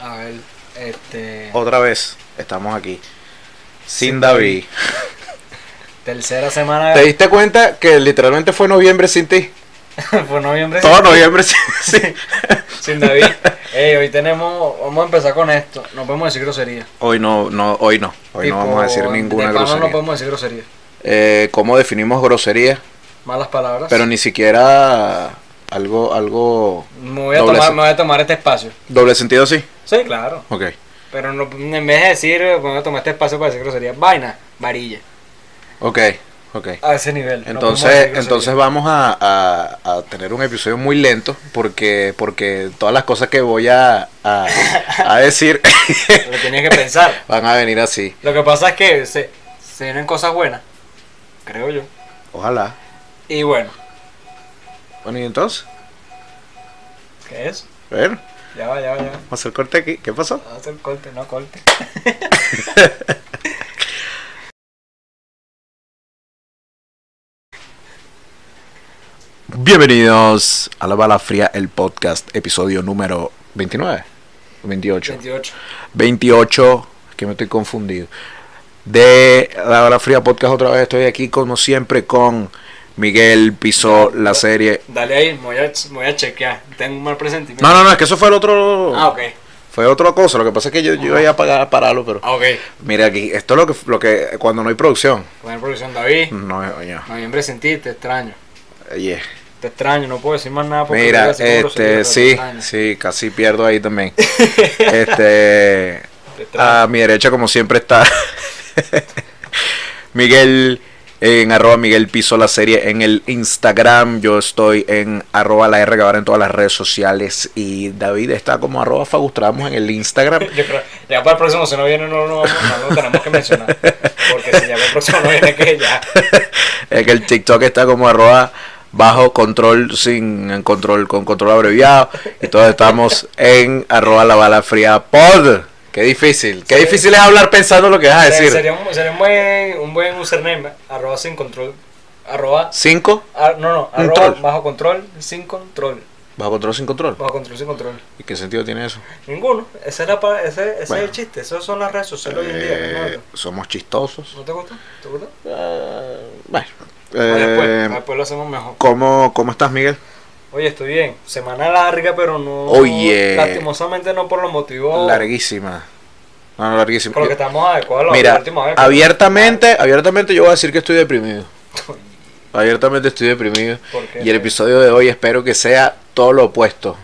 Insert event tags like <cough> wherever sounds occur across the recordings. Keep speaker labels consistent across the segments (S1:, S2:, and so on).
S1: A ver, este.
S2: Otra vez, estamos aquí. Sin David.
S1: Tercera semana
S2: ¿Te diste cuenta que literalmente fue noviembre sin ti?
S1: <laughs> fue noviembre. sin-
S2: Todo noviembre sin <laughs> sí.
S1: Sin David. Ey, hoy tenemos. Vamos a empezar con esto. No podemos decir grosería.
S2: Hoy no, no, hoy no. Hoy
S1: Tipo,
S2: no vamos a decir
S1: de
S2: ninguna
S1: pana
S2: grosería.
S1: No podemos decir grosería.
S2: Eh, ¿Cómo definimos grosería?
S1: Malas palabras.
S2: Pero ni siquiera algo, algo
S1: me, voy a
S2: doble
S1: tomar,
S2: sen-
S1: me voy a tomar este espacio.
S2: doble sentido, sí.
S1: Sí, claro.
S2: Ok.
S1: Pero no, en vez de decir, eh, me voy a tomar este espacio para decir grosería. Vaina, varilla.
S2: Ok, ok.
S1: A ese nivel. no podemos decir
S2: Entonces,
S1: grosería.
S2: entonces vamos a, a- a tener un episodio muy lento porque, porque todas las cosas que voy a, a- a decir
S1: <laughs>
S2: <laughs>
S1: Lo tenías que pensar.
S2: van a venir así.
S1: Lo que pasa es que se, se vienen cosas buenas. Creo yo.
S2: Ojalá.
S1: Y bueno,
S2: Bueno, y entonces,
S1: ¿qué es?
S2: a ver, vamos
S1: Ya va, ya va, ya va.
S2: a hacer corte aquí. ¿Qué pasó?
S1: Haz el corte, no corte.
S2: Bienvenidos a La Bala Fría, el podcast, episodio número 29, 28,
S1: 28.
S2: 28, que me estoy confundido. De La Bala Fría Podcast otra vez estoy aquí como siempre con Miguel Pisó, la serie
S1: Dale ahí, me voy a, me voy a chequear. Tengo un mal presentimiento.
S2: No, no, no, es que eso fue el otro.
S1: Ah, ok.
S2: Fue otra cosa. Lo que pasa es que yo, yo iba a pagar a pararlo, pero.
S1: Ah, ok.
S2: Mira aquí, esto es lo que, lo que. Cuando no hay producción.
S1: Buena producción, David.
S2: No, oye.
S1: Noviembre sin ti, te extraño.
S2: oye.
S1: Te extraño, no puedo decir más nada porque
S2: Mira,
S1: eres así como grosero,
S2: este,
S1: pero
S2: sí,
S1: te extraño.
S2: sí, casi pierdo ahí también. este.
S1: Te extraño.
S2: A mi derecha, como siempre, está. <laughs> Miguel. En arroba Miguel Piso la serie en el Instagram. Yo estoy en arroba la R Guevara en todas las redes sociales. Y David está como arroba Fagustramos en el Instagram.
S1: Yo creo, ya para el próximo, si no viene, no, no, vamos- no lo tenemos que mencionar. Porque si ya para el próximo no viene, que ya.
S2: Es que el TikTok está como arroba bajo control sin control con control abreviado y todos estamos en arroba la bala fría pod qué difícil qué
S1: Sí.
S2: difícil es hablar pensando lo que vas <laughs> a
S1: Sería-
S2: decir
S1: Sería, un, sería un buen, un buen username, arroba sin control, arroba,
S2: cinco
S1: ar- no, no,
S2: Un
S1: arroba
S2: troll.
S1: bajo control, sin control,
S2: bajo control sin control
S1: bajo control, sin control.
S2: y qué sentido tiene eso
S1: Ninguno, ese, era para, ese, ese
S2: Bueno.
S1: es el chiste, esos son las redes sociales hoy en día.
S2: Eh,
S1: Leonardo.
S2: somos chistosos
S1: ¿No te gusta? ¿Te gusta?
S2: Eh, bueno
S1: Ah,
S2: Eh,
S1: después, después lo hacemos mejor.
S2: cómo cómo estás Miguel
S1: Oye, estoy bien. Semana larga, pero no.
S2: Oye.
S1: Lastimosamente no por los motivos.
S2: larguísima no, no larguísima
S1: Oh. Con lo que estamos adecuados la
S2: Mira,
S1: última vez. pero-
S2: abiertamente, abiertamente yo voy a decir que
S1: <laughs>
S2: estoy deprimido. Abiertamente estoy deprimido.
S1: ¿Por qué?
S2: Y el episodio de hoy espero que sea todo lo opuesto.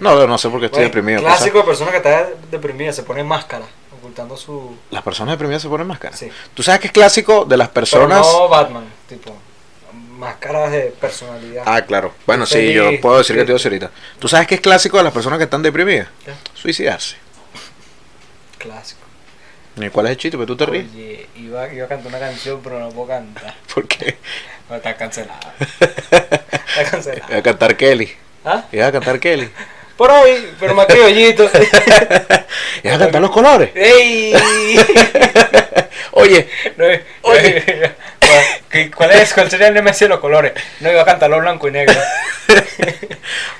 S2: No, no, no sé por qué estoy
S1: Bueno,
S2: deprimido.
S1: Clásico de
S2: pasa-
S1: persona que está deprimida, se pone máscara, ocultando su.
S2: Las personas deprimidas se ponen máscaras.
S1: Sí.
S2: Tú sabes que es clásico de las personas.
S1: Pero no Batman, tipo. Máscaras de personalidad.
S2: Ah, claro. Bueno, sí,
S1: Feliz,
S2: yo puedo decir que
S1: triste.
S2: estoy ahorita. Tú sabes que es clásico de las personas que están deprimidas.
S1: ¿Qué?
S2: Suicidarse.
S1: Clásico.
S2: ¿Y ¿Cuál es el chiste? Pero tú te ríes.
S1: Oye, iba, iba a cantar una canción, pero no puedo cantar.
S2: ¿Por qué?
S1: No, está
S2: <laughs>
S1: cancelada. Está
S2: Iba a
S1: cancelada.
S2: cantar Kelly.
S1: ¿Ah?
S2: Iba a cantar Kelly.
S1: Por hoy, pero más
S2: <laughs>
S1: criollito.
S2: Iba a cantar los colores.
S1: ¡Ey!
S2: Oye,
S1: No,
S2: Oye.
S1: ¿Qué- ¿Cuál es? ¿Cuál sería el nemesis de los colores? No iba a cantarlo blanco y negro.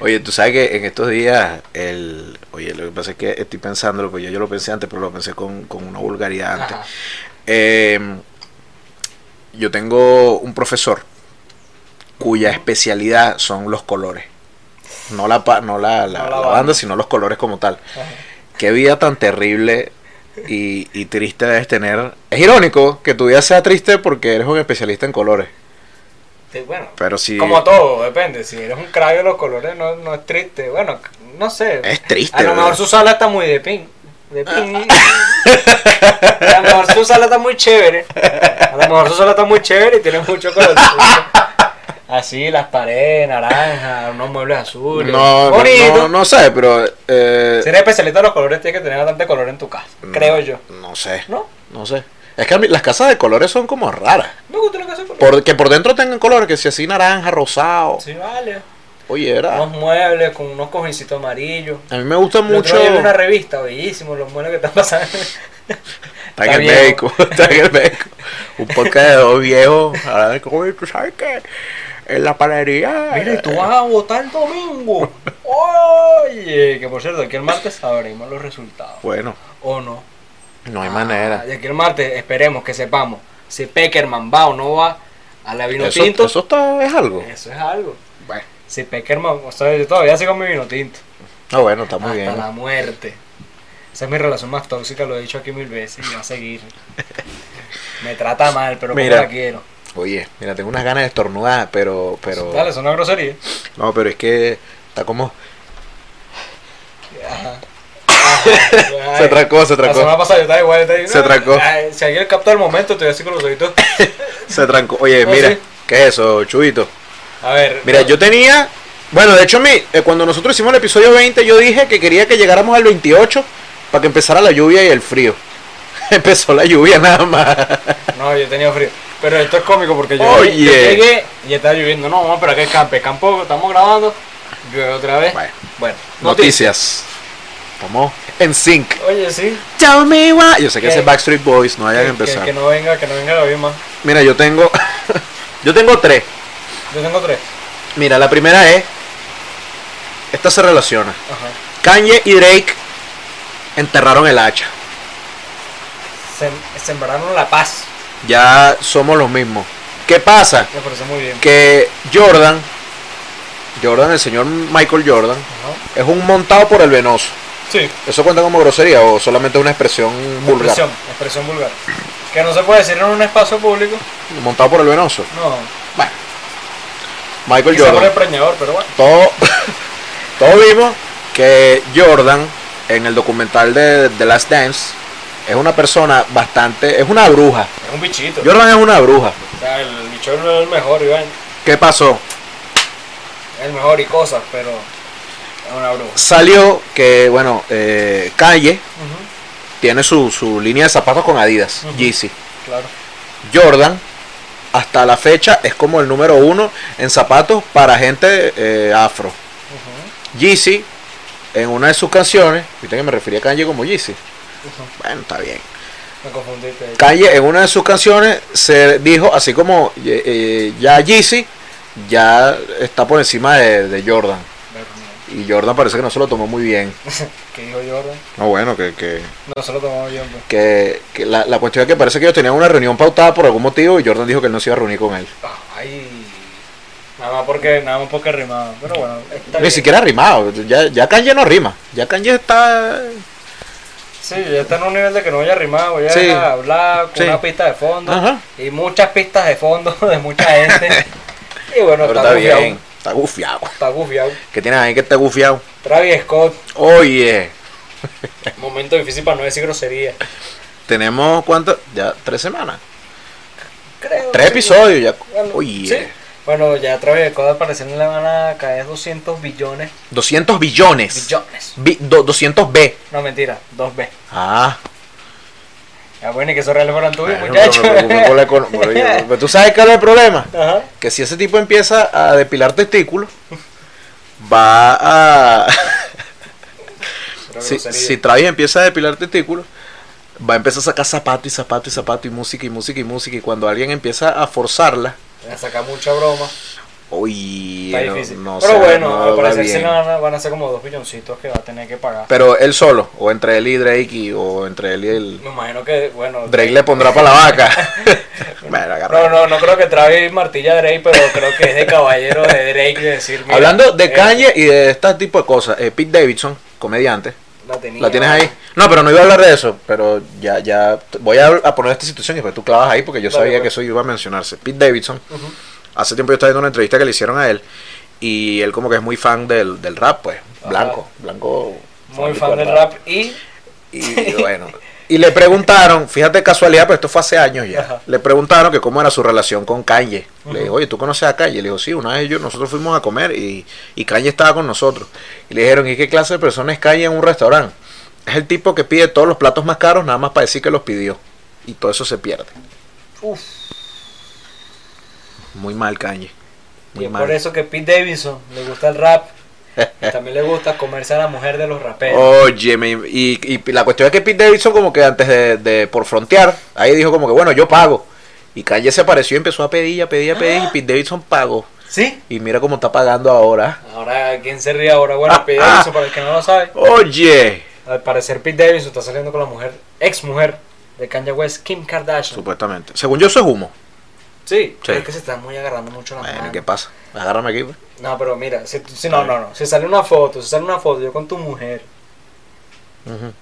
S2: Oye, tú sabes que en estos días, el, oye, lo que pasa es que estoy pensándolo, pues yo, yo lo pensé antes, pero lo pensé con, con una vulgaridad antes.
S1: Ajá.
S2: Eh, yo tengo un profesor cuya especialidad son los colores. No la, pa- no la, la-
S1: No la
S2: la
S1: banda.
S2: banda, sino los colores como tal.
S1: Ajá.
S2: Qué vida tan terrible y, y triste debes tener. Es irónico que tu vida sea triste porque eres un especialista en colores.
S1: Sí, Bueno,
S2: Pero si...
S1: como todo, depende. Si eres un crayo de los colores, no, no es triste. Bueno, no sé.
S2: Es triste.
S1: A lo
S2: ¿verdad?
S1: Ah, mejor su sala está muy de pin. De pin. A lo mejor su sala está muy chévere. A lo mejor su sala está muy chévere y tiene mucho color. Así, las paredes naranja, unos muebles azules.
S2: No, no,
S1: Bonito.
S2: no, no sé, pero. eh,
S1: Si eres especialista en los colores, tienes que tener bastante color en tu casa.
S2: Mm.
S1: Creo yo.
S2: No sé,
S1: ¿No?
S2: no sé. Es que a mí las casas de colores son como raras.
S1: Me gusta la casa de colores.
S2: Por, que por dentro tengan colores, que si así naranja, rosado.
S1: Sí, vale.
S2: Oye, era.
S1: Unos muebles con unos cojincitos amarillos.
S2: A mí me gusta mucho.
S1: Mucho. Yo vi una revista, bellísimo, los muebles que están pasando.
S2: <laughs> Está en el
S1: viejo.
S2: médico, está en el médico. Un podcast de dos viejos. hablando de, "Oye, tú sabes que en la panadería.
S1: Mira, y tú vas a votar el domingo. Oye, que por cierto, aquí el martes sabremos los resultados.
S2: Bueno,
S1: ¿O no?
S2: no hay
S1: Ah,
S2: manera.
S1: De aquí el martes esperemos que sepamos si Peckerman va o no va a la vino
S2: Eso,
S1: tinto.
S2: eso está, es algo.
S1: Eso es algo.
S2: Bueno,
S1: Si Peckerman, o sea, yo todavía sigo mi vino tinto.
S2: no, Ah, bueno, está muy
S1: hasta
S2: bien.
S1: Ah, la muerte. Esa es mi relación más tóxica, lo he dicho aquí mil veces y va a
S2: <laughs>
S1: seguir. Me trata mal, pero como
S2: Mira,
S1: la quiero.
S2: Oye, mira, tengo unas ganas de estornudar, pero, pero,
S1: Dale, es una grosería.
S2: no, pero es que está como,
S1: Ajá.
S2: <laughs> se atracó, se
S1: La semana
S2: atracó,
S1: pasada yo estaba igual. yo estaba-
S2: Se trancó.
S1: Ay, Si alguien captó el momento, estoy así con los ojitos.
S2: se trancó. Oye,
S1: No,
S2: mira,
S1: sí.
S2: ¿qué es eso, chubito?
S1: A ver.
S2: Mira, yo tenía. Bueno, de hecho, mi, eh, cuando nosotros hicimos el episodio 20, yo dije que quería que llegáramos al 28 para que empezara la lluvia y el frío. <laughs> Empezó la lluvia nada más.
S1: No, yo tenía frío. Pero esto es cómico porque yo,
S2: Oye.
S1: yo llegué y estaba lloviendo. No, vamos, pero aquí campe. Campo, estamos grabando. Llueve otra vez.
S2: Bueno,
S1: Bueno,
S2: noticias. Estamos en sync.
S1: noticias. Oye, sí.
S2: Tell me why. Yo sé que
S1: Que-
S2: ese Backstreet Boys no vayan a
S1: Que, que-
S2: empezar.
S1: que no venga, que no venga la misma.
S2: Mira, yo tengo. <laughs> yo tengo tres.
S1: Yo tengo tres.
S2: Mira, la primera es. Esta se relaciona.
S1: Ajá.
S2: Kanye y Drake enterraron el hacha.
S1: Sem- sembraron la paz.
S2: Ya somos los mismos. ¿Qué pasa?
S1: Me parece muy bien.
S2: que Jordan, Jordan, el señor Michael Jordan,
S1: Ajá.
S2: es un montado por el venoso.
S1: Sí.
S2: ¿Eso cuenta como grosería o solamente una expresión vulgar?
S1: Expresión, expresión vulgar. Que no se puede decir en un espacio público.
S2: Montado por el venoso.
S1: No.
S2: Bueno. Michael
S1: Quizá por el
S2: Jordan.
S1: preñador, pero bueno.
S2: Todo, <laughs> todos vimos que Jordan, en el documental de The Last Dance, es una persona bastante. es una bruja.
S1: Es un bichito.
S2: Jordan es una bruja.
S1: O sea, el bicho no es el mejor, Iván.
S2: ¿Qué pasó?
S1: Es el mejor y cosas, pero es una bruja.
S2: Salió que, bueno, eh, Calle tiene su, su línea de zapatos con Adidas,
S1: Ujú.
S2: Yeezy.
S1: Claro.
S2: Jordan hasta la fecha es como el número uno en zapatos para gente eh, afro.
S1: Ujú,
S2: Yeezy, en una de sus canciones, viste que me refería a Kanye como Yeezy.
S1: ujú.
S2: Bueno, está bien.
S1: Me confundiste. ahí.
S2: Kanye en una de sus canciones se dijo así como eh, eh, ya Yeezy ya está por encima de, de Jordan.
S1: Pero no.
S2: Y Jordan parece que no se lo tomó
S1: <laughs>
S2: muy bien.
S1: ¿Qué dijo Jordan?
S2: No, bueno, que, que,
S1: No se lo tomamos bien, pues.
S2: que- que la, la cuestión es que parece que ellos tenían una reunión pautada por algún motivo y Jordan dijo que él no se iba a reunir con él.
S1: Ay. Nada más porque, nada más porque rimaba. Pero bueno, está
S2: Ni
S1: bien.
S2: siquiera rimado, ya, ya Kanye no rima, ya Kanye está...
S1: Sí, ya está en un nivel de que no voy a rimar, voy a
S2: Sí.
S1: hablar con
S2: Sí.
S1: una pista de fondo.
S2: Ajá.
S1: Y muchas pistas de fondo <laughs> de mucha
S2: <laughs>
S1: gente. y bueno,
S2: Pero
S1: está,
S2: está
S1: gufiado,
S2: bien, está gufiado.
S1: Está gufiado.
S2: ¿Qué tienes ahí que está gufiado?
S1: Travis Scott,
S2: Oye,
S1: momento difícil para no decir grosería.
S2: tenemos cuánto, ya tres semanas,
S1: Creo.
S2: tres
S1: sí.
S2: episodios ya.
S1: Bueno,
S2: Oye,
S1: sí. Bueno, ya Travis Scott al parecer le van a caer 200 billones.
S2: 200 billones,
S1: Billones.
S2: Bi- do- 200 B.
S1: No, mentira, 2B.
S2: Ah,
S1: Ya bueno, y que esos reales fueran tuyos,
S2: bueno, pero
S1: muchachos.
S2: me preocupé por la econo- por ello. <laughs> Pero tú sabes cuál es el problema,
S1: <laughs> Ajá.
S2: que si ese tipo empieza a depilar testículos, va a...
S1: Pero
S2: Si,
S1: grosería.
S2: si Travis empieza a depilar testículos, va a empezar a sacar zapato y zapato y zapato y música y música y música. Y cuando alguien empieza a forzarla,
S1: Le saca mucha broma.
S2: uy,
S1: Está
S2: no-
S1: difícil.
S2: no
S1: Pero
S2: sé,
S1: bueno,
S2: no
S1: al
S2: va
S1: parecer
S2: bien.
S1: sí le van a, van a ser como 2 billoncitos que va a tener que pagar.
S2: Pero él solo, o entre él y Drake, y- o entre él y el.
S1: Me imagino que, bueno.
S2: Drake le pondrá para
S1: <laughs>
S2: la vaca. Bueno,
S1: No,
S2: agarra.
S1: no, no creo que Travis martilla a Drake, pero creo que es de caballero de Drake de decir. mira,
S2: Hablando de
S1: eh,
S2: Kanye y de este tipo de cosas, eh, Pete Davidson, comediante,
S1: la, tenía.
S2: ¿la tienes ahí? No, pero no iba a hablar de eso, pero ya, ya, t- voy a, a poner esta situación y después tú clavas ahí porque yo
S1: Dale,
S2: sabía
S1: pues.
S2: que eso iba a mencionarse. Pete Davidson,
S1: Ujú.
S2: Hace tiempo yo estaba viendo una entrevista que le hicieron a él y él como que es muy fan del, del rap, pues, blanco, blanco.
S1: Ah. Muy
S2: fanático
S1: fan del rap y.
S2: Y bueno, y le preguntaron, fíjate casualidad, pero esto fue hace años ya,
S1: Ajá.
S2: le preguntaron que cómo era su relación con Kanye.
S1: Ujú.
S2: Le dijo, oye, ¿tú conoces a Kanye? Le dijo, sí, una vez yo, nosotros fuimos a comer y, y Kanye estaba con nosotros. Y le dijeron, ¿y qué clase de persona es Kanye en un restaurante? Es el tipo que pide todos los platos más caros nada más para decir que los pidió. Y todo eso se pierde.
S1: Uf.
S2: Muy mal Kanye. Muy
S1: Y es
S2: mal.
S1: por eso que Pete Davidson le gusta el rap. y también le gusta comerse a la mujer de los
S2: Oh.
S1: raperos.
S2: Oye, me- y, y la cuestión es que Pete Davidson como que antes de, de- por frontear,
S1: Ah.
S2: ahí dijo como que bueno, yo pago. Y Kanye se apareció y empezó a pedir, a pedir, a pedir, y Pete Davidson pagó.
S1: ¿Sí?
S2: Y mira cómo está pagando ahora.
S1: Ahora, ¿quién se ríe ahora? Bueno, Pete
S2: Ah,
S1: Davidson, para el que no lo sabe.
S2: Oye.
S1: Al parecer, Pete Davidson está saliendo con la mujer, ex mujer de Kanye West, Kim Kardashian.
S2: Supuestamente. Según yo, eso es humo.
S1: Sí,
S2: Sí.
S1: pero es que se están muy agarrando mucho la
S2: Bueno,
S1: mano.
S2: ¿qué pasa? Agárrame aquí, pues.
S1: No, pero mira, si, tú- si no, no, no. Si sale una foto, si sale una foto yo con tu mujer
S2: Ujú,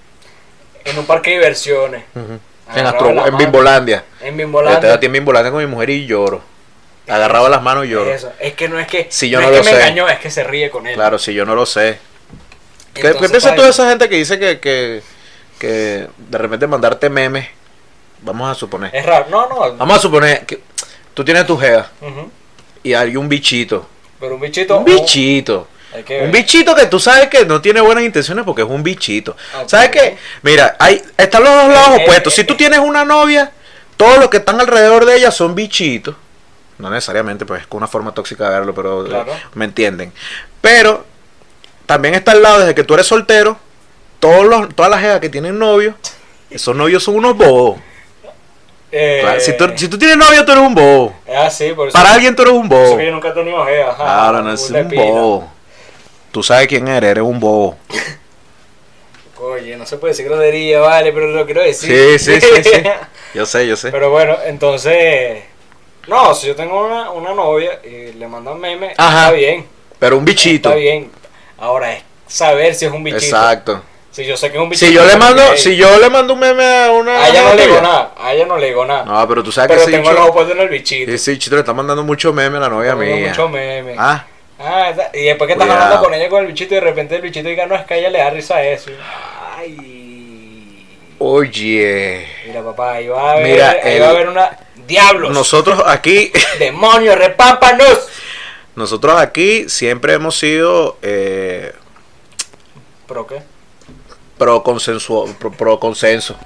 S1: en un parque de diversiones,
S2: ujú. En,
S1: Agarraba
S2: Astro-
S1: la
S2: en
S1: mano.
S2: Bimbolandia.
S1: en
S2: Yo te
S1: Bimbolandia.
S2: da tiempo en Bimbolandia con mi mujer y lloro. Agarraba las manos y lloro.
S1: Eso, Es que no es que,
S2: Si yo
S1: no
S2: no
S1: es
S2: lo
S1: que me
S2: sé.
S1: engañó, es que se ríe con él.
S2: Claro, si yo no lo sé. ¿Qué,
S1: Entonces,
S2: qué piensas tú
S1: paila.
S2: de esa gente que dice que, que, que de repente mandarte memes? Vamos a suponer.
S1: Es raro. No, no.
S2: Vamos a suponer que tú tienes tu jeva
S1: ujú.
S2: y hay un bichito.
S1: Pero un bichito. oh,
S2: Un bichito.
S1: hay que ver.
S2: Un bichito que tú sabes que no tiene buenas intenciones porque es un bichito.
S1: Ah, Ok.
S2: ¿Sabes qué? Mira, hay, están los dos lados
S1: Eh,
S2: opuestos.
S1: eh,
S2: Si tú
S1: eh.
S2: tienes una novia, todos los que están alrededor de ella son bichitos. No necesariamente, pues es una forma tóxica de verlo, pero eh,
S1: Claro.
S2: me entienden. Pero también está al lado, desde que tú eres soltero, todos los, todas las jevas que tienen novio, esos novios son unos bobos.
S1: Eh,
S2: Claro, si, tú, si tú tienes novio, tú eres un bobo.
S1: Es así, por eso.
S2: Para alguien, tú eres un
S1: Eso
S2: bobo.
S1: que yo nunca he tenido jeva. ajá,
S2: Claro, no es
S1: burda de
S2: un
S1: pila.
S2: bobo. Tú sabes quién eres, eres un bobo.
S1: Oye, no se puede decir grosería, vale, pero lo quiero decir.
S2: Sí, sí, sí, sí. Yo sé, yo
S1: <laughs>
S2: sé.
S1: Pero bueno, entonces. No, si yo tengo una, una novia y le mandan meme,
S2: Ajá.
S1: está bien.
S2: Pero un bichito.
S1: Está bien. Ahora es saber si es un bichito.
S2: Exacto.
S1: Si yo sé que es un bichito.
S2: Si yo le
S1: pero
S2: mando,
S1: ok,
S2: si yo le mando un meme a una.
S1: A ella no le digo
S2: novia-
S1: nada. A ella no le digo nada.
S2: No, pero tú sabes
S1: pero
S2: que
S1: tengo
S2: ese
S1: el ojo
S2: bicho,
S1: puesto en el bichito.
S2: ese bichito le está mandando mucho meme a la novia
S1: Tengo
S2: mía.
S1: mucho meme.
S2: Ah,
S1: Ah, está- y después que estás
S2: Cuidado.
S1: hablando con ella con el bichito y de repente el bichito diga, no, es que a ella le da risa a eso. Y- Ay.
S2: oye.
S1: Mira, papá, ahí va a haber,
S2: Mira,
S1: ahí
S2: el-
S1: va a haber una... ¡Diablos!
S2: Nosotros aquí, <laughs>
S1: ¡Demonios, repámpanos!
S2: nosotros aquí siempre hemos sido eh,
S1: ¿Pero qué?
S2: pro consenso, pro, pro consenso,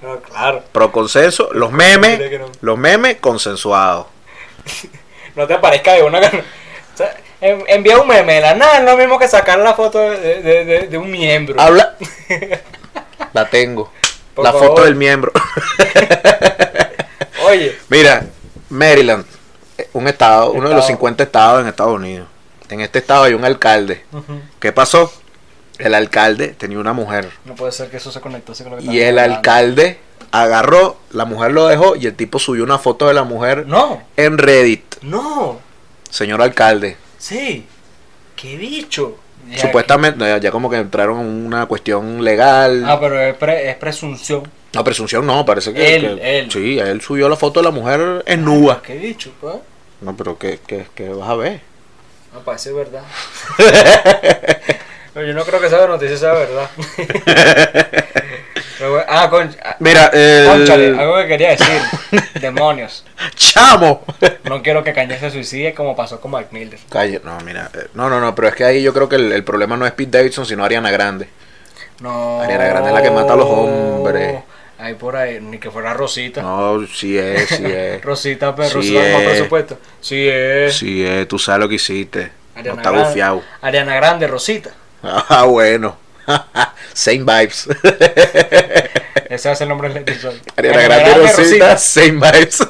S1: No, claro.
S2: pro consenso. Los
S1: Mira que
S2: memes,
S1: no.
S2: los memes consensuados.
S1: No te aparezca de una... <laughs> O sea, en- envía un meme de la nada, es lo mismo que sacar la foto de, de- de- de un miembro. <laughs>
S2: Habla. La tengo.
S1: Por
S2: la
S1: favor.
S2: foto del miembro.
S1: Oye,
S2: Mira, Maryland, eh, un estado, uno de los
S1: Estado.
S2: 50 estados en Estados Unidos. En este estado hay un alcalde. ¿Qué pasó? El alcalde tenía una mujer.
S1: no puede ser que eso se conectase con lo que
S2: Y el
S1: estábamos hablando.
S2: alcalde agarró, la mujer lo dejó y el tipo subió una foto de la mujer
S1: No,
S2: en Reddit.
S1: no,
S2: Señor alcalde.
S1: sí. ¡Qué bicho! Ya,
S2: Supuestamente, no, ya, ya como que entraron en una cuestión legal.
S1: Ah, pero es, pre- es presunción.
S2: no, presunción no, parece que.
S1: Él,
S2: que-
S1: él.
S2: Sí, él subió la foto de la mujer en nua.
S1: ¿Qué bicho, pues?
S2: No, pero ¿qué, qué, qué vas a
S1: <laughs>
S2: ver?
S1: Me parece verdad. Pero yo no creo que esa noticia sea verdad. <laughs> Pero bueno, ah, con, ah,
S2: Mira, el-
S1: cónchale, algo que quería decir. Demonios.
S2: ¡Chamo!
S1: No quiero que Kanye se suicide como pasó con Mac Miller.
S2: <laughs> Calle, no, mira, eh, no, no, no, pero es que ahí yo creo que el, el problema no es Pete Davidson, sino Ariana Grande.
S1: No.
S2: Ariana Grande es la que mata a los hombres.
S1: Ahí por ahí, ni que fuera Rosita.
S2: No, sí es,
S1: <laughs>
S2: sí es.
S1: Rosita, pero
S2: Sí
S1: Rosita con
S2: es.
S1: más presupuesto. Sí es.
S2: sí es, tú sabes lo que hiciste. No
S1: Ariana
S2: está
S1: Grande.
S2: bufiado.
S1: Ariana Grande, Rosita.
S2: <laughs> Ah, bueno. <laughs> same vibes. <laughs>
S1: Ese es el nombre del episodio.
S2: Ariana Grande, Rosita,
S1: <laughs>
S2: same vibes.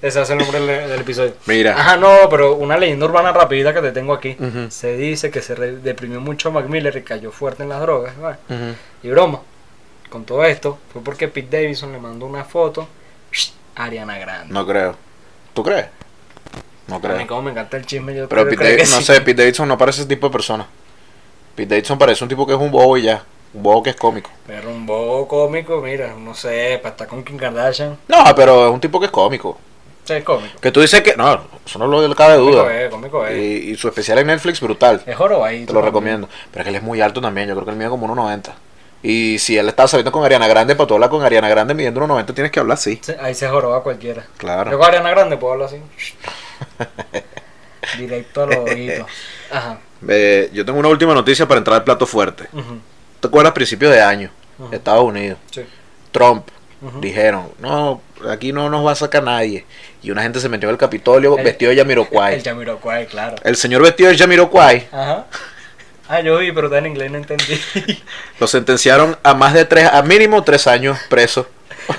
S1: Ese es el nombre del, del episodio.
S2: mira,
S1: Ajá, no, pero una leyenda urbana rapidita que te tengo aquí.
S2: Ujú.
S1: Se dice que se re- deprimió mucho Mac Miller y cayó fuerte en las drogas. ¿vale? Y broma, con todo esto, fue porque Pete Davidson le mandó una foto a Ariana Grande.
S2: no creo. ¿Tú crees? No
S1: A mí
S2: creo.
S1: como me encanta el chisme, yo
S2: Pero
S1: creo-
S2: Pete
S1: creo que
S2: Davidson, no
S1: sí.
S2: sé, Pete Davidson no parece ese tipo de persona. Pete Davidson parece un tipo que es un bobo y ya. Un bobo que es cómico.
S1: Pero un bobo cómico, mira, no sé, para estar con Kim Kardashian.
S2: No, pero es un tipo que es cómico.
S1: Sí, es cómico.
S2: Que tú dices que. No, eso no lo cabe
S1: Cómico
S2: duda.
S1: es, cómico es.
S2: Y, y su especial en Netflix, brutal.
S1: Es jorobadito.
S2: Te lo
S1: también.
S2: recomiendo. Pero es que él es muy alto también. Yo creo que él mide como 1,90. Y si él estaba saliendo con Ariana Grande, para tú hablar con Ariana Grande midiendo 1,90, tienes que hablar así.
S1: Sí, Ahí se joroba cualquiera. Yo
S2: Claro.
S1: con Ariana Grande puedo hablar
S2: <laughs>
S1: así. Directo a los ojitos. Ajá.
S2: Eh, yo tengo una última noticia para entrar al plato fuerte.
S1: ujú,
S2: ¿Te acuerdas? Principios de año,
S1: Ujú.
S2: Estados Unidos.
S1: sí.
S2: Trump.
S1: Ujú.
S2: Dijeron, no, aquí no nos va a sacar nadie. Y una gente se metió en el Capitolio
S1: El-
S2: vestido de
S1: El
S2: Yamiroquai.
S1: Jamiroquai,
S2: <laughs>
S1: claro.
S2: El señor vestido de Yamiroquai
S1: Ajá. Ah, yo vi, pero está en inglés, no entendí. <laughs>
S2: lo sentenciaron a más de tres, a mínimo tres años preso.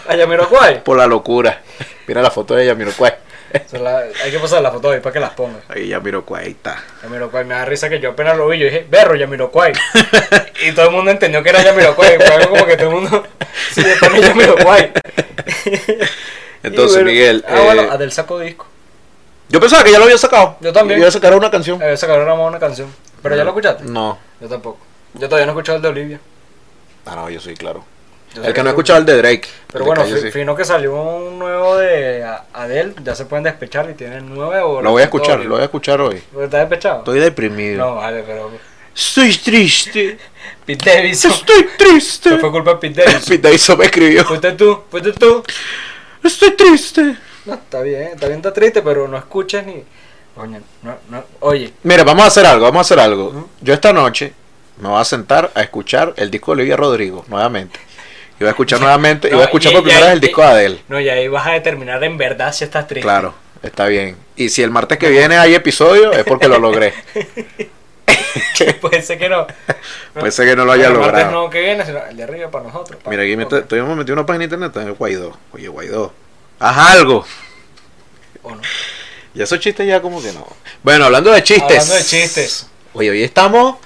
S1: ¿A Jamiroquai?
S2: por la locura. Mira la foto de ella, mira cuál.
S1: Se la- hay que pasar la foto ahí para que las ponga.
S2: Ahí ya miro cuál ahí está.
S1: Yamiroquai, me da risa que yo apenas lo vi, yo dije, berro,
S2: <laughs>
S1: Yamiroquai. y todo el mundo entendió que era Yamiroquai. Fue algo como que todo el mundo <laughs> se le pone Yamiroquai.
S2: <laughs> Entonces,
S1: Y bueno,
S2: Miguel.
S1: Ah,
S2: eh,
S1: bueno, del saco disco.
S2: yo pensaba que ya lo había sacado.
S1: Yo también.
S2: Yo iba a sacar una canción.
S1: Eh, sacaron nada más una canción. ¿Pero ya lo escuchaste?
S2: No.
S1: Yo tampoco. Yo todavía no he escuchado el de Olivia.
S2: Ah, no, yo sí, claro.
S1: Yo sé
S2: el que no he
S1: tú-
S2: escuchado el de Drake.
S1: Pero
S2: El de
S1: bueno,
S2: Kanye
S1: fi-
S2: sí.
S1: fino que salió un nuevo de A- Adele, ya se pueden despechar y tienen nueve o
S2: Lo voy a escuchar, lo voy a escuchar hoy.
S1: ¿Pues ¿Estás despechado?
S2: Estoy deprimido.
S1: No, vale, pero.
S2: Estoy
S1: <laughs>
S2: triste.
S1: Pete
S2: <laughs>
S1: Davidson.
S2: Estoy
S1: No
S2: triste. <laughs>
S1: fue culpa de Pete Davidson.
S2: Pete Davidson me escribió.
S1: Fuiste tú, fuiste tú.
S2: Estoy triste.
S1: No, está bien, está bien, está triste, pero no escuches ni. Coño, no, no. Oye,
S2: Mira, vamos a hacer algo, vamos a hacer algo.
S1: Ujú.
S2: Yo esta noche me voy a sentar a escuchar el disco de Olivia Rodrigo nuevamente. Y voy
S1: <laughs>
S2: a escuchar nuevamente, y
S1: No,
S2: voy a escuchar
S1: y-
S2: por
S1: y
S2: primera
S1: ahí-
S2: vez el disco de Adele.
S1: no, y ahí vas a determinar en verdad si estás triste.
S2: Claro, está bien. Y si el martes que viene hay episodio, es porque
S1: <laughs>
S2: lo logré.
S1: Puede ser que no.
S2: <laughs> Puede ser que no lo haya
S1: Bueno, el martes
S2: logrado.
S1: No, que viene, sino el de arriba para nosotros. para
S2: Mira, aquí me
S1: nosotros.
S2: tuvimos metido una página de internet en Guaidó. Oye, Guaidó, haz algo.
S1: ¿O no?
S2: Y esos chistes ya como que no. Bueno, hablando de chistes.
S1: Hablando de chistes.
S2: Oye, hoy estamos.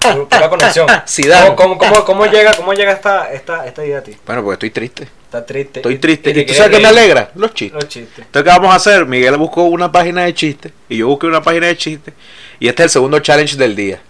S1: Pura- Pura conexión.
S2: Zidane.
S1: ¿Cómo, cómo, cómo, cómo llega, cómo llega esta, esta, esta idea a ti?
S2: Bueno, porque estoy triste.
S1: Está triste.
S2: Estoy
S1: y-
S2: triste.
S1: y te
S2: ¿Y tú
S1: quieres
S2: sabes qué me
S1: reír.
S2: alegra? Los chistes.
S1: Los chistes.
S2: Entonces, ¿qué vamos a hacer? Miguel buscó una página de chistes y yo busqué una página de chistes. Y este es el segundo challenge del día.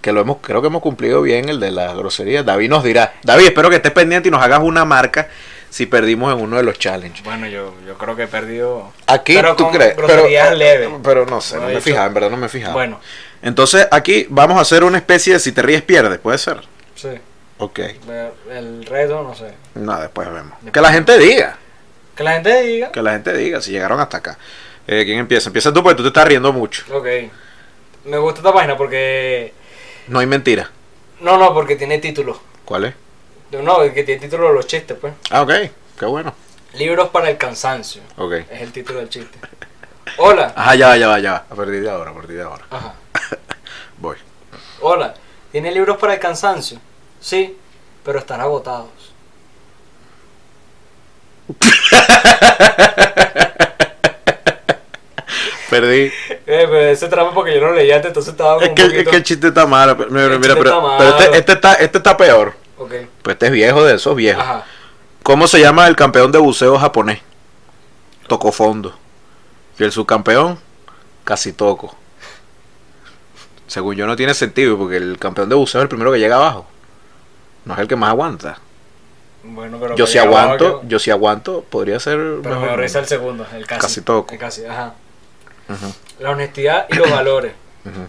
S2: Que lo hemos, creo que hemos cumplido bien el de las groserías. David nos dirá. David, espero que estés pendiente y nos hagas una marca si perdimos en uno de los challenges.
S1: Bueno, yo, yo creo que he perdido.
S2: Aquí
S1: Pero
S2: tú
S1: con
S2: crees. Pero,
S1: groserías leves.
S2: pero no sé,
S1: No he
S2: no me
S1: dicho.
S2: fijaba, en verdad no me fijaba.
S1: Bueno,
S2: Entonces aquí vamos a hacer una especie de si te ríes, pierdes, puede ser.
S1: sí.
S2: Ok.
S1: El reto, no sé.
S2: No, después vemos. Que la gente diga.
S1: Que la gente diga.
S2: Que la gente diga si llegaron hasta acá. Eh, ¿Quién empieza? Empieza tú porque tú te estás riendo mucho.
S1: Ok. Me gusta esta página porque.
S2: No hay mentira.
S1: No, no, porque tiene título.
S2: ¿Cuál es?
S1: No, que tiene título los chistes, pues.
S2: Ah, ok. Qué bueno.
S1: Libros para el cansancio.
S2: Ok.
S1: Es el título del chiste. Hola.
S2: Ajá, ya va, ya va, ya va. A partir de ahora, a partir de ahora.
S1: Ajá.
S2: Voy.
S1: Hola. ¿Tiene libros para el cansancio? Sí, pero están agotados.
S2: Perdí.
S1: Eh, pero ese tramo porque yo no lo leí antes, entonces estaba como
S2: Es
S1: un
S2: que, es
S1: poquito...
S2: que el chiste está malo. pero- Mira,
S1: El
S2: mira,
S1: chiste
S2: pero,
S1: está
S2: pero este,
S1: malo.
S2: este está, este está peor.
S1: Ok,
S2: Pues este es viejo de esos viejos.
S1: ajá.
S2: ¿Cómo se llama el campeón de buceo japonés? Tocó fondo. Y el subcampeón, casi toco. Según yo no tiene sentido, porque el campeón de buceo es el primero que llega abajo. No es el que más aguanta.
S1: Bueno, pero...
S2: Yo
S1: que
S2: si
S1: ya va,
S2: aguanto,
S1: que-
S2: yo si aguanto, podría ser...
S1: Pero me
S2: mejor.
S1: risa el segundo, el casi.
S2: Casi toco.
S1: El casi, ajá.
S2: Ujú,
S1: La honestidad y los valores.
S2: ujú,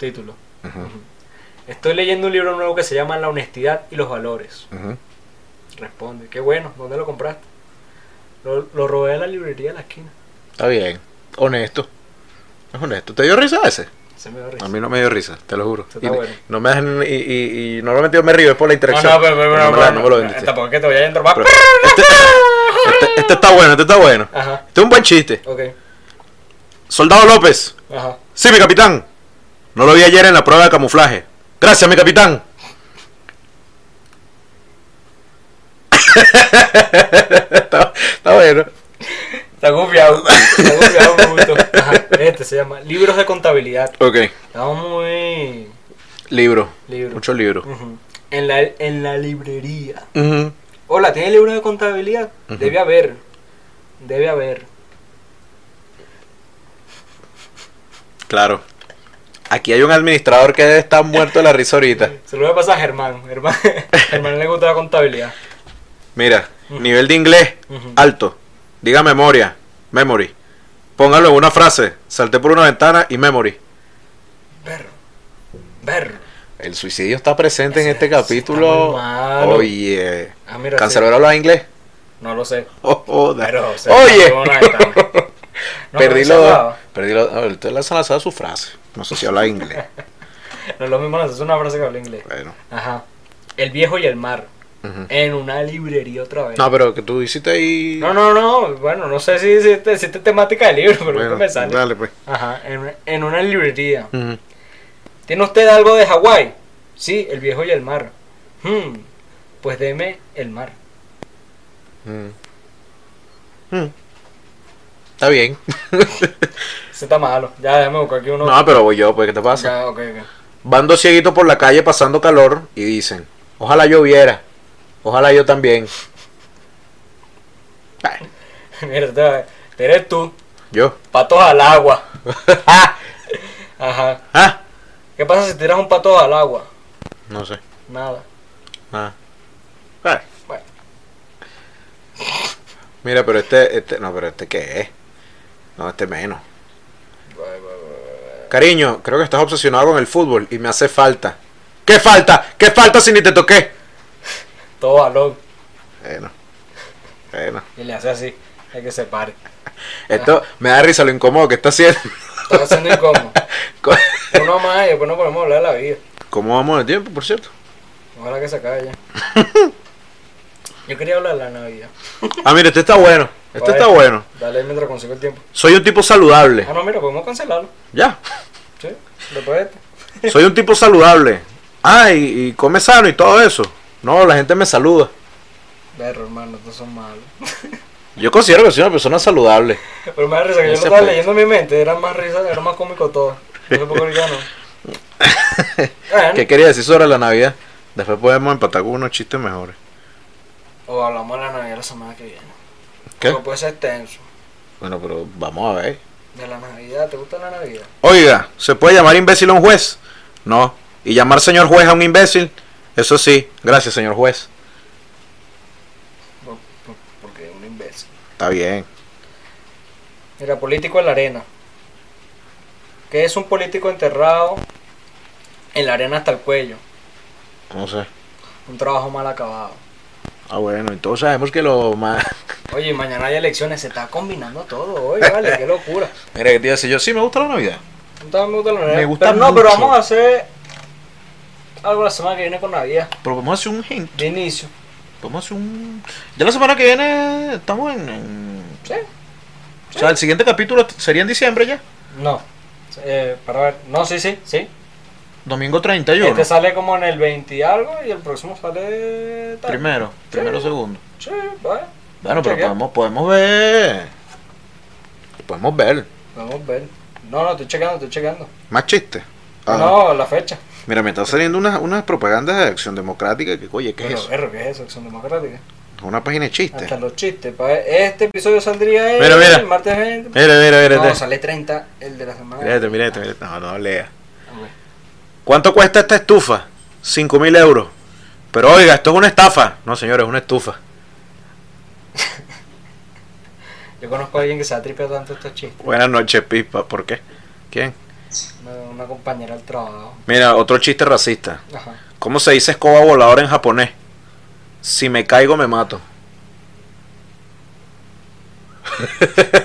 S1: Título.
S2: ujú,
S1: Estoy leyendo un libro nuevo que se llama La honestidad y los valores.
S2: ujú.
S1: Responde. Qué bueno, ¿dónde lo compraste? Lo, lo robé de la librería de la esquina.
S2: Está bien. Honesto. Es honesto. ¿Te dio risa ese?
S1: Se me da risa.
S2: A mí no me dio risa, te lo juro.
S1: Está
S2: Y,
S1: bueno.
S2: no me dan- y, y- y normalmente yo me río, es por la
S1: no,
S2: interacción.
S1: no, pero, pero,
S2: Pero no
S1: pero,
S2: me la- no me lo
S1: pero-
S2: vendiste.
S1: tampoco es que te voy a entrar más.
S2: Pero este, este- este está bueno, este está bueno.
S1: Ajá,
S2: Este es un buen chiste.
S1: ok,
S2: Soldado López.
S1: ajá.
S2: Sí, mi capitán. No lo vi ayer en la prueba de camuflaje. Gracias, mi capitán. <laughs> está, está bueno.
S1: Está gufiado. Está gufiado, bruto. Ajá, este se llama Libros de Contabilidad.
S2: Ok.
S1: Estamos muy...
S2: Libro.
S1: Libro.
S2: Mucho libro.
S1: Ujú. en, la, en la librería.
S2: Ujú.
S1: Hola, ¿tiene libro de contabilidad?
S2: Ujú.
S1: Debe haber. Debe haber.
S2: Claro. Aquí hay un administrador que debe estar muerto de la risa ahorita.
S1: Se lo voy a pasar a Germán. Germán, <laughs> Germán le gusta la contabilidad.
S2: Mira, nivel de inglés
S1: Ujú.
S2: alto. Diga memoria, memory. Póngalo en una frase. Salté por una ventana y memory.
S1: Berro. Berro.
S2: El suicidio está presente en
S1: Ese-
S2: este
S1: ese está muy
S2: capítulo.
S1: malo.
S2: Oye,
S1: Ah, mira.
S2: Cancelero hablaba inglés. <laughs>
S1: sí. No lo sé.
S2: Oh, joda.
S1: Pero se
S2: Oye,
S1: pasó una
S2: <laughs>
S1: ventana. No,
S2: perdí
S1: no se
S2: lo.
S1: hablaba.
S2: Perdí lo. ah, Usted le ha lanzado su frase. No sé si habla inglés. <laughs>
S1: No es lo mismo, no, es una frase que habla inglés.
S2: Bueno.
S1: Ajá. El viejo y el mar.
S2: ujú.
S1: En una librería otra vez.
S2: No, pero que tú hiciste ahí.
S1: Eh, no, no. no, Bueno, no sé si si te- si te temática de libro, pero
S2: Bueno,
S1: es que me sale.
S2: Dale, pues.
S1: Ajá. En, en una librería.
S2: Ujú.
S1: ¿Tiene usted algo de Hawái? Sí, el viejo y el mar. Hmm, pues deme el mar.
S2: Mm. Mm. Está está bien.
S1: Ese está malo. Ya, déjame buscar aquí uno.
S2: <laughs> No, pero voy yo, pues, ¿qué te pasa?
S1: Ya, ok, ok. <laughs>
S2: Van dos cieguitos por la calle pasando calor y dicen, ojalá lloviera, ojalá yo también. Ay,
S1: Mira, te- te eres tú.
S2: Yo.
S1: Patos al
S2: <laughs>
S1: agua.
S2: Ah,
S1: Ajá.
S2: ah,
S1: ¿Qué pasa si tiras un pato al agua?
S2: No sé.
S1: Nada.
S2: Ah. Ay,
S1: Bueno.
S2: Mira, pero este, este, no, pero este qué es. No, este menos. Cariño, creo que estás obsesionado con el fútbol y me hace falta. ¿Qué falta? ¿Qué falta si ni te toqué?
S1: Todo balón.
S2: Bueno. Bueno.
S1: Y le hace así. Hay que se pare.
S2: Esto me da risa lo incómodo que está haciendo. <laughs>
S1: Estás haciendo incómodo.
S2: Co-
S1: Uno más y después no podemos hablar de la vida.
S2: ¿Cómo vamos de tiempo, por cierto?
S1: Ojalá que se acabe
S2: <laughs>
S1: ya. Yo quería hablar de la Navidad.
S2: Ah, mira, este está bueno. Este
S1: Vale.
S2: está bueno.
S1: Dale mientras consigo el tiempo.
S2: Soy un tipo saludable.
S1: Ah, no, mira, podemos cancelarlo.
S2: Ya.
S1: Sí, después de este.
S2: Soy un tipo saludable. Ah, y, y come sano y todo eso. No, la gente me saluda.
S1: Berro, hermano, estos son malos.
S2: Yo considero que soy una persona saludable.
S1: <laughs> Pero me da risa que yo lo
S2: Ese
S1: estaba
S2: fue.
S1: leyendo en mi mente. Era más risa, era más cómico todo. No sé por qué ya no.
S2: <laughs>
S1: Bueno,
S2: ¿Qué quería decir sobre la Navidad? Después podemos empatar con unos chistes mejores.
S1: O hablamos de la Navidad la semana que viene.
S2: ¿Qué?
S1: No puede ser extenso.
S2: Bueno, pero vamos a ver.
S1: De la Navidad, ¿te gusta la Navidad?
S2: Oiga, ¿se puede llamar imbécil a un juez? No. ¿Y llamar señor juez a un imbécil? Eso sí. Gracias, señor juez.
S1: Por- por- pues, Porque es un imbécil.
S2: Está bien.
S1: Mira, político en la arena. ¿Qué es un político enterrado en la arena hasta el cuello?
S2: No sé.
S1: Un trabajo mal acabado.
S2: Ah, bueno, entonces sabemos que lo más... <laughs>
S1: Oye, y mañana hay elecciones, se está combinando todo hoy, vale, qué
S2: <laughs>
S1: locura.
S2: Mira, que te iba a decir yo, sí me gusta la Navidad.
S1: Entonces me gusta la Navidad.
S2: Me gusta
S1: pero no, pero
S2: mucho.
S1: vamos a hacer algo la semana que viene con Navidad,
S2: Pero vamos a hacer un gen-
S1: de inicio.
S2: Vamos a hacer un... Ya la semana que viene estamos en... en-
S1: ¿Sí?
S2: O sea, el siguiente capítulo sería en diciembre ya.
S1: No. Eh, para ver. No, sí, sí, sí.
S2: Domingo 31.
S1: Este sale como en el 20 y algo y el próximo sale. tal.
S2: Primero, primero, segundo.
S1: Sí, vale.
S2: Bueno,
S1: Está
S2: pero
S1: bien.
S2: podemos, podemos ver... Podemos ver.
S1: Vamos a ver. No, no, estoy checando, estoy checando.
S2: Más chistes. Ah,
S1: No, la fecha.
S2: Mira, me están saliendo unas unas propagandas de acción democrática que, oye, ¿qué es
S1: Pero,
S2: eso?
S1: perro, ¿qué es eso? Acción democrática.
S2: Es una página de chistes.
S1: eh. Hasta los chistes. pa- Este episodio saldría el,
S2: Mira, mira.
S1: martes 20.
S2: Mira, mira, mira.
S1: No,
S2: mira.
S1: sale 30, el de la semana. Ah,
S2: Mira esto, mira esto, mira esto. No, no lea.
S1: Ok.
S2: ¿Cuánto cuesta esta estufa? 5 mil euros. Pero oiga, esto es una estafa. No, señores, es una estufa.
S1: Yo conozco a alguien que se ha tripeado tanto estos chistes.
S2: Buenas noches, Pipa. ¿Por qué? ¿Quién?
S1: Una, una compañera del trabajo.
S2: Mira, otro chiste racista.
S1: Ajá.
S2: ¿Cómo se dice escoba voladora en japonés? Si me caigo,
S1: <laughs>
S2: me mato. <laughs>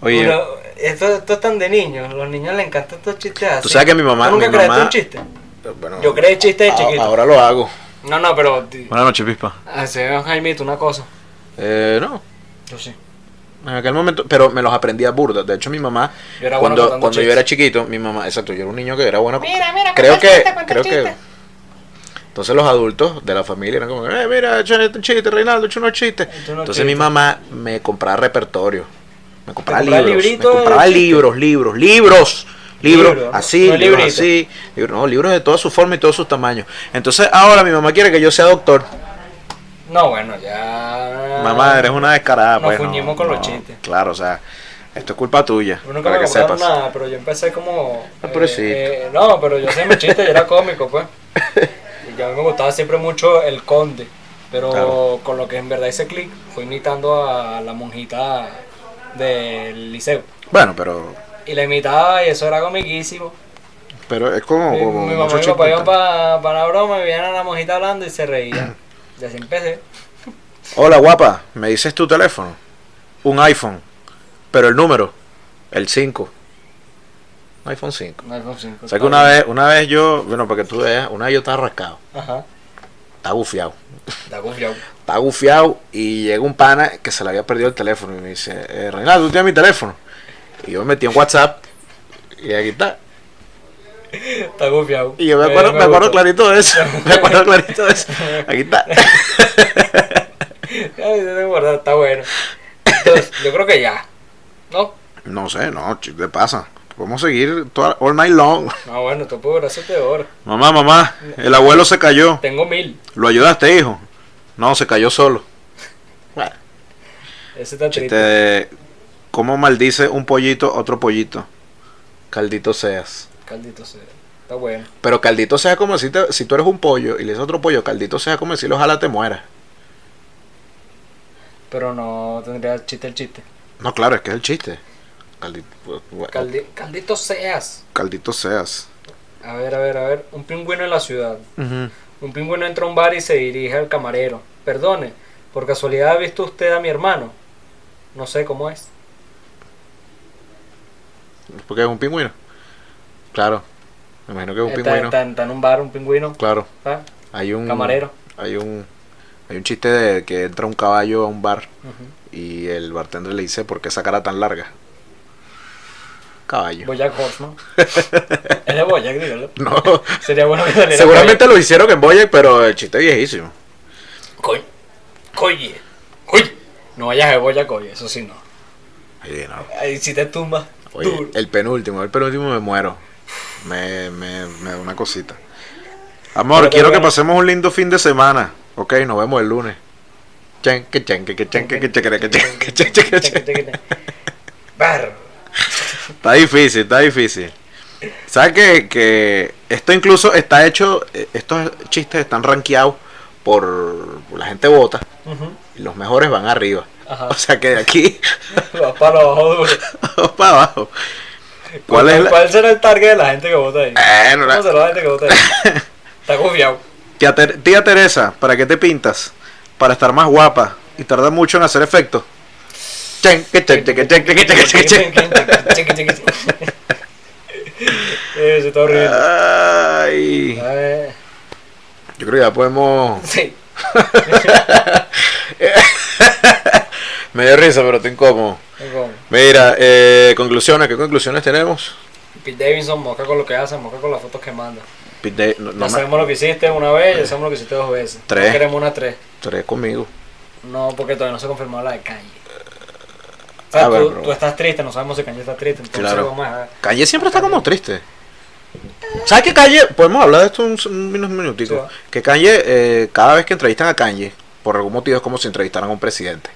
S2: Oye,
S1: Una- esto, esto es tan de niños. Los niños les encantan estos chistes así.
S2: sabes que mi mamá-
S1: ¿Tú nunca
S2: mi
S1: creaste
S2: mamá-
S1: un chiste?
S2: bueno,
S1: Yo creé chistes de
S2: a-
S1: chiquito.
S2: ahora lo hago.
S1: No, no, pero. ti-
S2: Buenas noches, Pipa.
S1: Hace un Jaimito una cosa.
S2: Eh, no.
S1: Yo sí.
S2: En aquel momento, pero me los aprendía burda. De hecho, mi mamá,
S1: Yo era bueno
S2: cuando,
S1: contando
S2: cuando yo
S1: chistes.
S2: era chiquito, mi mamá, exacto, yo era un niño que era bueno.
S1: Mira, mira,
S2: creo
S1: cuenta
S2: que,
S1: el chiste, cuenta el
S2: creo que.
S1: chiste.
S2: Entonces los adultos de la familia eran como, eh, mira, echa un chiste, Reinaldo, echa unos chistes.
S1: Echa unos
S2: Entonces
S1: chistes.
S2: mi mamá me compraba repertorio, me compraba
S1: compraba
S2: libros, me
S1: librito de
S2: compraba
S1: chistes.
S2: libros, libros, libros, libros,
S1: Libro, ¿no?
S2: así,
S1: No
S2: libros
S1: librito.
S2: así, libros, no, libros de toda su forma y todos sus tamaños. Entonces ahora mi mamá quiere que yo sea doctor.
S1: No, bueno, ya.
S2: Mamá, eres una descarada,
S1: Ah, Nos
S2: pues. no,
S1: fuñimos con los
S2: no,
S1: chistes.
S2: Claro, o sea, esto es culpa tuya.
S1: Yo nunca
S2: para
S1: me
S2: que
S1: compraron
S2: sepas.
S1: nada, pero yo empecé como. eh,
S2: Ah, pobrecito.
S1: no, pero yo hacía mi chiste y era cómico,
S2: <laughs>
S1: pues. Y a mí me gustaba siempre mucho el conde. Pero
S2: Claro.
S1: con lo que en verdad hice clic, fue imitando a la monjita del liceo.
S2: Bueno, pero.
S1: Y la imitaba y eso era comiquísimo.
S2: Pero es como.
S1: Y
S2: como
S1: mi
S2: mucho
S1: mamá y mi
S2: chiste.
S1: papá iban para la broma y veían a la monjita hablando y se
S2: <clears throat>
S1: reían. Y así empecé.
S2: Hola, guapa, me dices tu teléfono. Un iPhone. Pero el número, el 5. Un iPhone 5.
S1: Un iPhone 5.
S2: O sea que una vez, una vez yo. Bueno, para que tú veas, una vez yo estaba rascado.
S1: Ajá.
S2: Estaba bufiado.
S1: Está confiado.
S2: Estaba bufiado y llega un pana que se le había perdido el teléfono y me dice: eh, Reinaldo, tú tienes mi teléfono. Y yo me metí en WhatsApp y aquí está.
S1: Está confiado.
S2: Y yo me
S1: Eh,
S2: acuerdo, <laughs> me acuerdo
S1: gustó. <laughs>
S2: clarito de eso. Me acuerdo clarito de eso. Aquí está.
S1: Ay, de verdad, está bueno. Entonces, yo creo que ya. ¿No?
S2: No sé, no, chico, ¿qué pasa? Podemos seguir toda, all night long. <laughs>
S1: No, bueno, tú puedes hacerte horas.
S2: Mamá, mamá, el abuelo se cayó.
S1: Tengo mil.
S2: ¿Lo ayudaste, hijo? No, se cayó solo.
S1: Ese está triste.
S2: Chiste de, Este, ¿Cómo maldice un pollito otro pollito? Caldito seas.
S1: Caldito sea. Está bueno.
S2: Pero caldito sea como si, te- si tú eres un pollo y le dices otro pollo, caldito sea como si ojalá te mueras.
S1: Pero no tendría chiste el chiste.
S2: No, claro, es que es el chiste. Caldito, pues, bueno,
S1: Caldi- caldito seas.
S2: caldito seas.
S1: A ver, a ver, a ver. Un pingüino en la ciudad.
S2: Ujú.
S1: Un pingüino entra a un bar y se dirige al camarero. Perdone, por casualidad ha visto usted a mi hermano. No sé cómo es.
S2: Porque es un pingüino. Claro. Me imagino que es un
S1: Está,
S2: pingüino.
S1: está- está en un bar un pingüino.
S2: Claro.
S1: ¿sabes?
S2: Hay un.
S1: Camarero.
S2: Hay un. Hay un chiste de que entra un caballo a un bar
S1: Ujú.
S2: y el bartender le dice, ¿por qué esa cara tan larga? Caballo.
S1: Boyack Horseman. <laughs> es de Boyack, dígalo.
S2: <laughs> No.
S1: Sería bueno que saliera
S2: Seguramente lo hicieron en Boyac, pero el chiste es viejísimo.
S1: Coño. Coye. Coye. No vayas a Boyac, oye. Eso sí no.
S2: Oye, no.
S1: Ahí si te tumbas.
S2: Oye, eh,
S1: duro.
S2: el penúltimo, el penúltimo me muero. Me, me, me da una cosita. Amor,
S1: Pero
S2: quiero que
S1: bueno.
S2: pasemos un lindo fin de semana. Ok, nos vemos el lunes. Chen, que chen, que que chen, que que chen, que que chen, que chen, que que chen.
S1: Barro.
S2: Está difícil, está difícil. ¿Sabes que, que esto incluso está hecho, eh, estos chistes están rankeados por, por la gente vota
S1: Ujú.
S2: y los mejores van arriba.
S1: Ajá.
S2: O sea que de aquí <laughs>
S1: Los palos abajo duro.
S2: para abajo. ¿Cuál es la-
S1: ¿Cuál será el target de la gente que vota ahí?
S2: Eh, no la-
S1: ¿Cómo será la gente que vota ahí? Está confiado.
S2: <laughs> Tía, Ter- tía Teresa, ¿para qué te pintas? Para estar más guapa y tarda mucho en hacer efecto. Chen, que chen, que chen, que chen, que chen, que chen. <laughs>
S1: Eso Eh, está
S2: Ah.
S1: horrible.
S2: Ay,
S1: Ay,
S2: yo creo que ya podemos. <laughs>
S1: Sí.
S2: Me dio risa, pero estoy incómodo.
S1: Tengo
S2: Mira, eh, conclusiones, ¿qué conclusiones tenemos?
S1: Pete Davidson, moca con lo que hace, moca con las fotos que manda.
S2: Pide- no,
S1: Ya
S2: no me-
S1: sabemos lo que hiciste una vez, ya sabemos lo que hiciste dos veces.
S2: Tres.
S1: No queremos una tres.
S2: Tres conmigo.
S1: No, porque todavía no se confirmó la de Kanye. O sea,
S2: Ah, bueno,
S1: tú,
S2: pero-
S1: tú estás triste, no sabemos si Kanye está triste, entonces
S2: Claro.
S1: vamos a...
S2: Calle siempre está como triste.
S1: Eh.
S2: ¿Sabes qué Calle? Podemos hablar de esto un- unos
S1: Sí,
S2: minuticos.
S1: va.
S2: Que Calle, eh, cada vez que entrevistan a Calle, por algún motivo es como si entrevistaran a un presidente.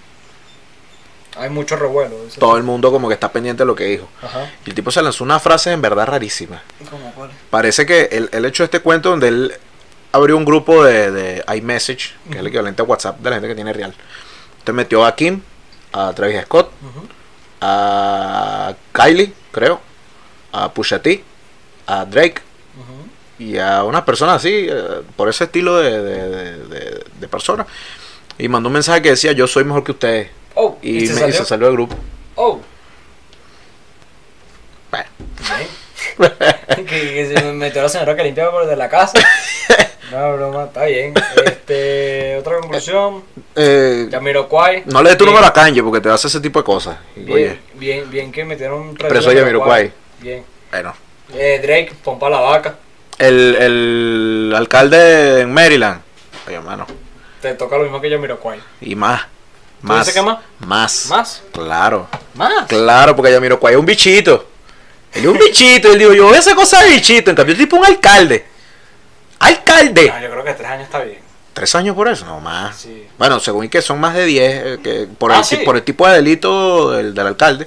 S1: Hay mucho revuelo. eso.
S2: Todo el mundo como que está pendiente de lo que dijo.
S1: Ajá.
S2: Y el tipo se lanzó unas frases en verdad rarísimas.
S1: ¿Cómo cuál?
S2: Parece que él, él hecho este cuento donde él abrió un grupo de, de iMessage, que es el equivalente a WhatsApp de la gente que tiene real. Entonces metió a Kim, a Travis Scott,
S1: Ujú.
S2: a Kylie, creo, a Pusha T, a Drake
S1: Ujú.
S2: y a unas personas así, eh, por ese estilo de, de, de- de- de personas. Y mandó un mensaje que decía, yo soy mejor que ustedes.
S1: Oh,
S2: Y,
S1: y, se
S2: me-
S1: salió.
S2: y se salió del grupo.
S1: Oh.
S2: Bueno. <laughs>
S1: que, que se me metió la señora que limpiaba por de la
S2: <laughs>
S1: casa. No, broma, está bien. Este, otra conclusión.
S2: Eh,
S1: Yamiroquai.
S2: No le des tu
S1: Bien,
S2: número a Kanye porque te hace ese tipo de cosas. Y, Oye,
S1: Bien, bien, bien que metieron un
S2: Pero soy Jamiroquai.
S1: Bien.
S2: bueno.
S1: Eh, Drake, pompa la vaca.
S2: El, el alcalde en Maryland. Oye, hermano.
S1: Te toca lo mismo que Yamiroquai.
S2: Y más.
S1: ¿Tú
S2: Más.
S1: dices que más?
S2: Más.
S1: ¿Más?
S2: Claro.
S1: ¿Más?
S2: Claro, porque ya miro cuál es un bichito. Él es un bichito. Él dijo, yo esa cosa de bichito. En cambio, el tipo es un alcalde. ¡Alcalde!
S1: No, Ah, yo creo que tres años está bien.
S2: ¿Tres años por eso? No, más.
S1: Sí.
S2: Bueno, según que son más de 10, eh, que por,
S1: Ah,
S2: el,
S1: sí.
S2: por el tipo de delito del, del alcalde,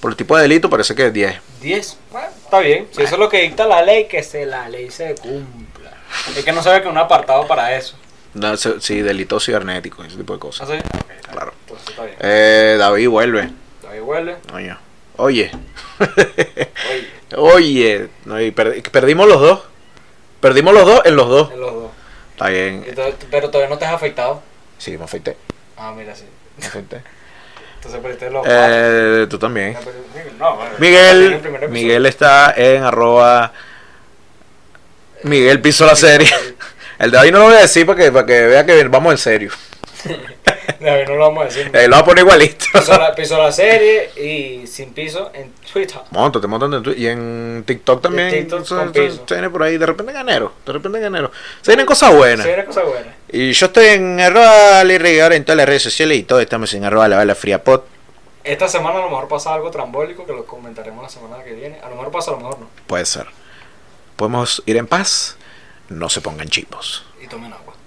S2: por el tipo de delito parece que es 10.
S1: Diez. Bueno, está bien. Si eso es lo que dicta la ley, que se la ley se cumpla. Es que no sabe que un apartado para eso.
S2: No, se- sí, delito cibernético, ese tipo de cosas.
S1: ¿Ah, Pues sí? Ok, está
S2: Claro.
S1: bien. Entonces está bien.
S2: Eh, David vuelve.
S1: Ahí huele.
S2: Oye. Oye.
S1: Oye,
S2: <laughs> Oye. No, y perdi- perdimos los dos. Perdimos los dos en los dos.
S1: en los dos.
S2: Está bien.
S1: Entonces, pero todavía no te has afectado.
S2: Sí, me afeité.
S1: Ah, mira, sí.
S2: Me afeité.
S1: Entonces perdiste los
S2: Eh, tú también.
S1: No, bueno, en el primer
S2: Miguel.
S1: episodio.
S2: Miguel está en arroba. Miguel piso la serie. <laughs> El de hoy no lo voy a decir para que, para que vea que vamos en serio.
S1: David, no lo vamos a decir.
S2: Eh, lo voy a poner igualito.
S1: Piso la, piso la serie y sin piso en Twitter.
S2: <laughs> Monto, te montan en Twitter y en TikTok también.
S1: TikTok
S2: se-
S1: con
S2: se-
S1: piso.
S2: se viene por ahí, de repente ganero, de repente ganero. Se vienen cosas buenas.
S1: Sí, era cosa buena.
S2: Y yo estoy en arroba Larry Regueira en todas las redes sociales y todos estamos en arroba la bala fría pot.
S1: Esta semana a lo mejor pasa algo trambólico que lo comentaremos la semana que viene. A lo mejor pasa, a lo mejor no.
S2: Puede ser. Podemos ir en paz. No se pongan chivos.
S1: Y tomen agua.